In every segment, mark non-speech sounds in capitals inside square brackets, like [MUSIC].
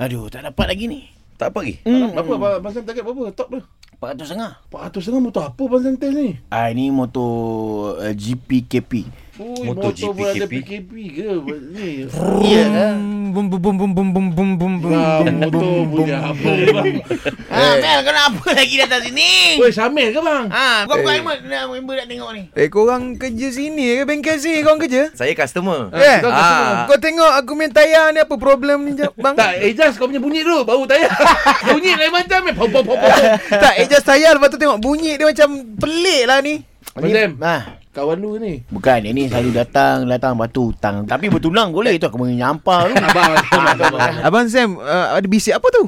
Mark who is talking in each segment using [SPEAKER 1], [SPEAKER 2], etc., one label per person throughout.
[SPEAKER 1] Aduh, tak dapat lagi ni.
[SPEAKER 2] Tak apa lagi.
[SPEAKER 1] Hmm.
[SPEAKER 3] Berapa abang- abang Sam target berapa? Top dia.
[SPEAKER 1] 400 setengah.
[SPEAKER 3] 400 setengah motor apa abang Sam test ni?
[SPEAKER 1] Ah, ini motor uh, GPKP.
[SPEAKER 3] Ui,
[SPEAKER 2] Motor
[SPEAKER 3] motor,
[SPEAKER 2] GP,
[SPEAKER 3] pun ada
[SPEAKER 2] KP.
[SPEAKER 3] PKP ke? Ni.
[SPEAKER 2] [LAUGHS]
[SPEAKER 1] Ya lah.
[SPEAKER 4] Bum bum bum bum bum bum bum bum bum
[SPEAKER 3] Wah,
[SPEAKER 4] bum
[SPEAKER 3] Ah,
[SPEAKER 4] bum
[SPEAKER 3] motor
[SPEAKER 4] bum
[SPEAKER 3] punya
[SPEAKER 4] bum.
[SPEAKER 3] apa bang?
[SPEAKER 1] Ah, Mel, kenapa [LAUGHS] lagi datang sini?
[SPEAKER 3] Weh, Samir ke bang?
[SPEAKER 1] Ah, kau kau
[SPEAKER 2] Eh.
[SPEAKER 1] Aiman nak member nak tengok ni.
[SPEAKER 4] Eh korang kerja sini ke bengkel sini korang kerja?
[SPEAKER 2] Saya customer.
[SPEAKER 4] Eh,
[SPEAKER 3] kita
[SPEAKER 2] customer.
[SPEAKER 4] kau tengok aku main tayar ni apa problem ni jap bang?
[SPEAKER 3] Tak, Ejas kau punya bunyi dulu baru tayar. [LAUGHS] bunyi lain macam eh. Pop pop pop. pop.
[SPEAKER 4] tak adjust tayar lepas tu tengok bunyi dia macam pelik lah ni.
[SPEAKER 3] Abang Sam,
[SPEAKER 1] Ah,
[SPEAKER 3] kawan lu ni.
[SPEAKER 1] bukan ini selalu datang datang batu hutang. Tapi bertunang boleh tu aku menyampah tu.
[SPEAKER 3] Abang, abang, abang.
[SPEAKER 4] Abang Sam uh, ada bisik apa tu?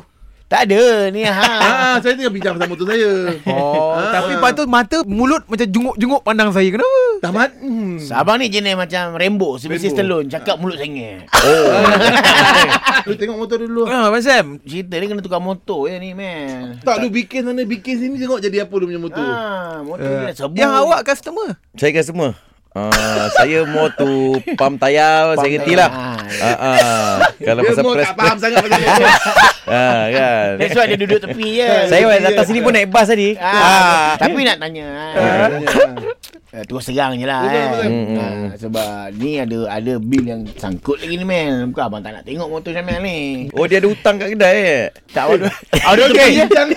[SPEAKER 1] tak ada ni ha.
[SPEAKER 3] Ah, saya tengah bincang pasal motor saya.
[SPEAKER 4] Oh, tapi lepas tu mata mulut macam jenguk-jenguk pandang saya. Kenapa?
[SPEAKER 3] Dah mat. Hmm.
[SPEAKER 1] Abang ni jenis macam Rambo Sebisis
[SPEAKER 3] Rambo.
[SPEAKER 1] telun Cakap mulut sengit
[SPEAKER 2] Oh.
[SPEAKER 1] Eh.
[SPEAKER 3] Lu tengok motor dulu.
[SPEAKER 4] Ah, Abang Sam.
[SPEAKER 1] Cerita dia kena tukar motor je ni man
[SPEAKER 3] Tak lu bikin sana bikin sini tengok jadi apa lu punya motor.
[SPEAKER 1] Ah, motor dia dah sebut
[SPEAKER 4] Yang awak customer.
[SPEAKER 2] Saya customer. Uh, saya mau tu pam tayar, saya kerti lah.
[SPEAKER 1] tayar.
[SPEAKER 2] Ah, ah. Kalau
[SPEAKER 3] Dia
[SPEAKER 2] pasal
[SPEAKER 3] mau
[SPEAKER 2] press
[SPEAKER 3] tak faham sangat pasal
[SPEAKER 2] [LAUGHS]
[SPEAKER 3] motor.
[SPEAKER 2] Ah, kan.
[SPEAKER 1] That's
[SPEAKER 2] [LAUGHS]
[SPEAKER 1] why dia duduk tepi ya. je
[SPEAKER 2] Saya datang sini pun naik bas tadi.
[SPEAKER 1] ah, Tapi nak tanya ah. Eh, Terus serang je lah
[SPEAKER 3] Terus
[SPEAKER 1] kan.
[SPEAKER 3] serang.
[SPEAKER 2] Hmm,
[SPEAKER 1] Ah, Sebab ni ada ada bil yang sangkut lagi ni man Bukan abang tak nak tengok motor Syamil ni
[SPEAKER 2] Oh, dia ada hutang kat kedai eh.
[SPEAKER 1] Tak awak [LAUGHS]
[SPEAKER 2] Ada okey.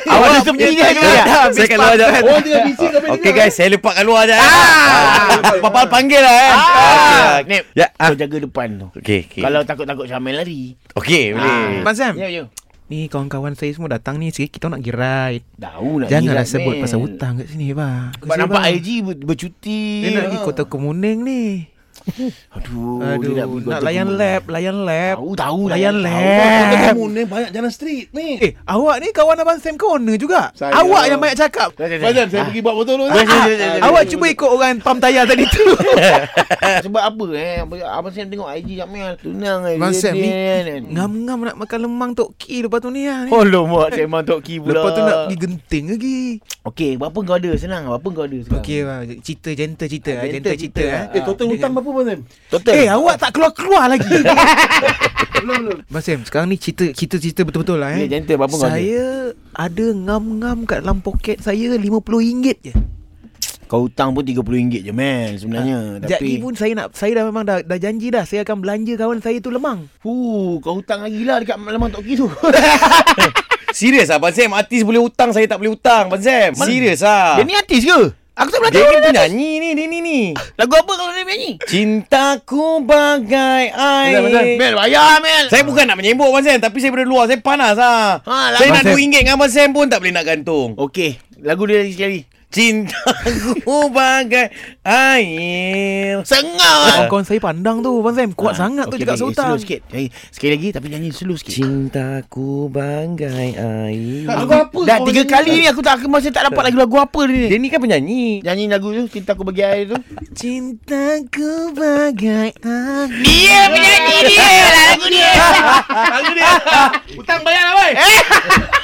[SPEAKER 1] Awak ada tepi je Ya. ke?
[SPEAKER 2] Saya kat luar jap. kan?
[SPEAKER 3] Oh, tengah bising kau
[SPEAKER 2] Okey guys, saya lepak kat luar jap. eh. Ah, Papa panggil lah eh.
[SPEAKER 1] Ah,
[SPEAKER 2] Okey,
[SPEAKER 1] Nip,
[SPEAKER 2] Ya, ah.
[SPEAKER 1] kau jaga depan tu
[SPEAKER 2] Okey, okey.
[SPEAKER 1] Kalau takut-takut Syamil lari
[SPEAKER 2] Okey, boleh.
[SPEAKER 4] Abang Sam.
[SPEAKER 1] Ya, ya
[SPEAKER 4] Ni kawan-kawan saya semua datang ni sikit kita nak girai.
[SPEAKER 1] Tahu nak
[SPEAKER 4] Janganlah
[SPEAKER 1] jirat,
[SPEAKER 4] sebut
[SPEAKER 1] man.
[SPEAKER 4] pasal hutang kat sini, bang.
[SPEAKER 1] Sebab nampak IG ber- bercuti
[SPEAKER 4] Dia nak pergi Kota Kemuning ni.
[SPEAKER 1] Aduh,
[SPEAKER 4] Aduh,
[SPEAKER 1] dia nak pergi
[SPEAKER 4] nak layan lab, layan lab.
[SPEAKER 1] Tahu, tahu
[SPEAKER 4] Layan
[SPEAKER 3] Kau
[SPEAKER 4] lab.
[SPEAKER 3] kamu ni banyak jalan street ni.
[SPEAKER 4] Eh, awak ni kawan abang Sam ke owner juga?
[SPEAKER 3] Saya.
[SPEAKER 4] Awak yang banyak cakap.
[SPEAKER 3] Fazan, saya pergi buat motor dulu.
[SPEAKER 1] Ah, ah, ah,
[SPEAKER 4] Awak cuba ikut orang pam tayar tadi tu.
[SPEAKER 1] [LAUGHS] Sebab apa eh Abang- Abang Sam tengok IG Jamil Tunang eh
[SPEAKER 4] Abang
[SPEAKER 1] dia-
[SPEAKER 4] Sam ni
[SPEAKER 1] dia-
[SPEAKER 4] ngam-ngam nak makan lemang tok ki lepas tu ni ah.
[SPEAKER 1] Oh lomak Sam mantok ki pula
[SPEAKER 4] Lepas tu nak pergi genting lagi.
[SPEAKER 1] Okey berapa kau ada Senang berapa kau ada sekarang
[SPEAKER 4] Okey bang, cerita gentle cerita,
[SPEAKER 1] Ah,
[SPEAKER 4] ah,
[SPEAKER 1] gentle
[SPEAKER 4] gentle
[SPEAKER 1] cerita,
[SPEAKER 4] cerita. ah.
[SPEAKER 3] Eh, total hutang berapa Abang Sam?
[SPEAKER 1] Total
[SPEAKER 4] Eh, awak tak keluar-keluar lagi.
[SPEAKER 3] Belum belum.
[SPEAKER 4] Abang Sam, sekarang ni cerita cerita cerita betul-betul lah
[SPEAKER 1] Bila
[SPEAKER 4] eh.
[SPEAKER 1] gentle berapa kau ada
[SPEAKER 4] Saya ada ngam-ngam kat dalam poket saya RM50 je.
[SPEAKER 1] Kau hutang pun RM30 je man Sebenarnya Tapi
[SPEAKER 4] Jadi Ah, pun saya nak saya dah memang dah, dah janji dah saya akan belanja kawan saya tu lemang.
[SPEAKER 1] Fuh, Kau hutang lagi lah Dekat malam Tok
[SPEAKER 4] [LAUGHS]
[SPEAKER 1] Ki tu
[SPEAKER 2] Serius ah, Abang Sam, artis boleh hutang, saya tak boleh hutang, Abang Sam. Serius ah.
[SPEAKER 1] Dia ni artis ke Aku tak pernah
[SPEAKER 2] Dia
[SPEAKER 1] tahu dia
[SPEAKER 2] ni
[SPEAKER 1] artis.
[SPEAKER 2] penyanyi ni, dia ni ni.
[SPEAKER 1] Lagu apa kalau dia nyanyi
[SPEAKER 2] Cintaku bagai air.
[SPEAKER 3] Abang Sam,
[SPEAKER 1] Mel bayar Mel
[SPEAKER 2] Saya bukan nak menyembuk Abang Sam Tapi saya dari luar Saya panas lah
[SPEAKER 1] Ha,
[SPEAKER 2] ha,
[SPEAKER 1] lah.
[SPEAKER 2] Saya
[SPEAKER 1] Abang
[SPEAKER 2] nak
[SPEAKER 4] Sam.
[SPEAKER 2] RM2 dengan Abang Sam pun Tak boleh nak gantung
[SPEAKER 1] Okey Lagu dia lagi sekali
[SPEAKER 2] Cintaku bagai air
[SPEAKER 1] Sengau
[SPEAKER 4] Kawan-kawan saya pandang tu Abang Sam kuat sangat tu
[SPEAKER 1] Ah,
[SPEAKER 4] cakap
[SPEAKER 1] Slow
[SPEAKER 4] seutang.
[SPEAKER 1] sikit Eh, Sekali lagi tapi nyanyi slow sikit
[SPEAKER 2] Cintaku bagai air
[SPEAKER 3] Lagu apa?
[SPEAKER 1] Dah
[SPEAKER 3] kau
[SPEAKER 1] tiga
[SPEAKER 3] nyanyi?
[SPEAKER 1] kali ni aku tak aku masih tak dapat lagi lagu apa ni.
[SPEAKER 2] Dia ni kan penyanyi
[SPEAKER 1] Nyanyi lagu tu cinta aku bagi air tu.
[SPEAKER 4] Cintaku bagai air.
[SPEAKER 1] Dia penyanyi dia lah lagu dia.
[SPEAKER 3] Hutang bayar lah, weh.
[SPEAKER 1] Eh,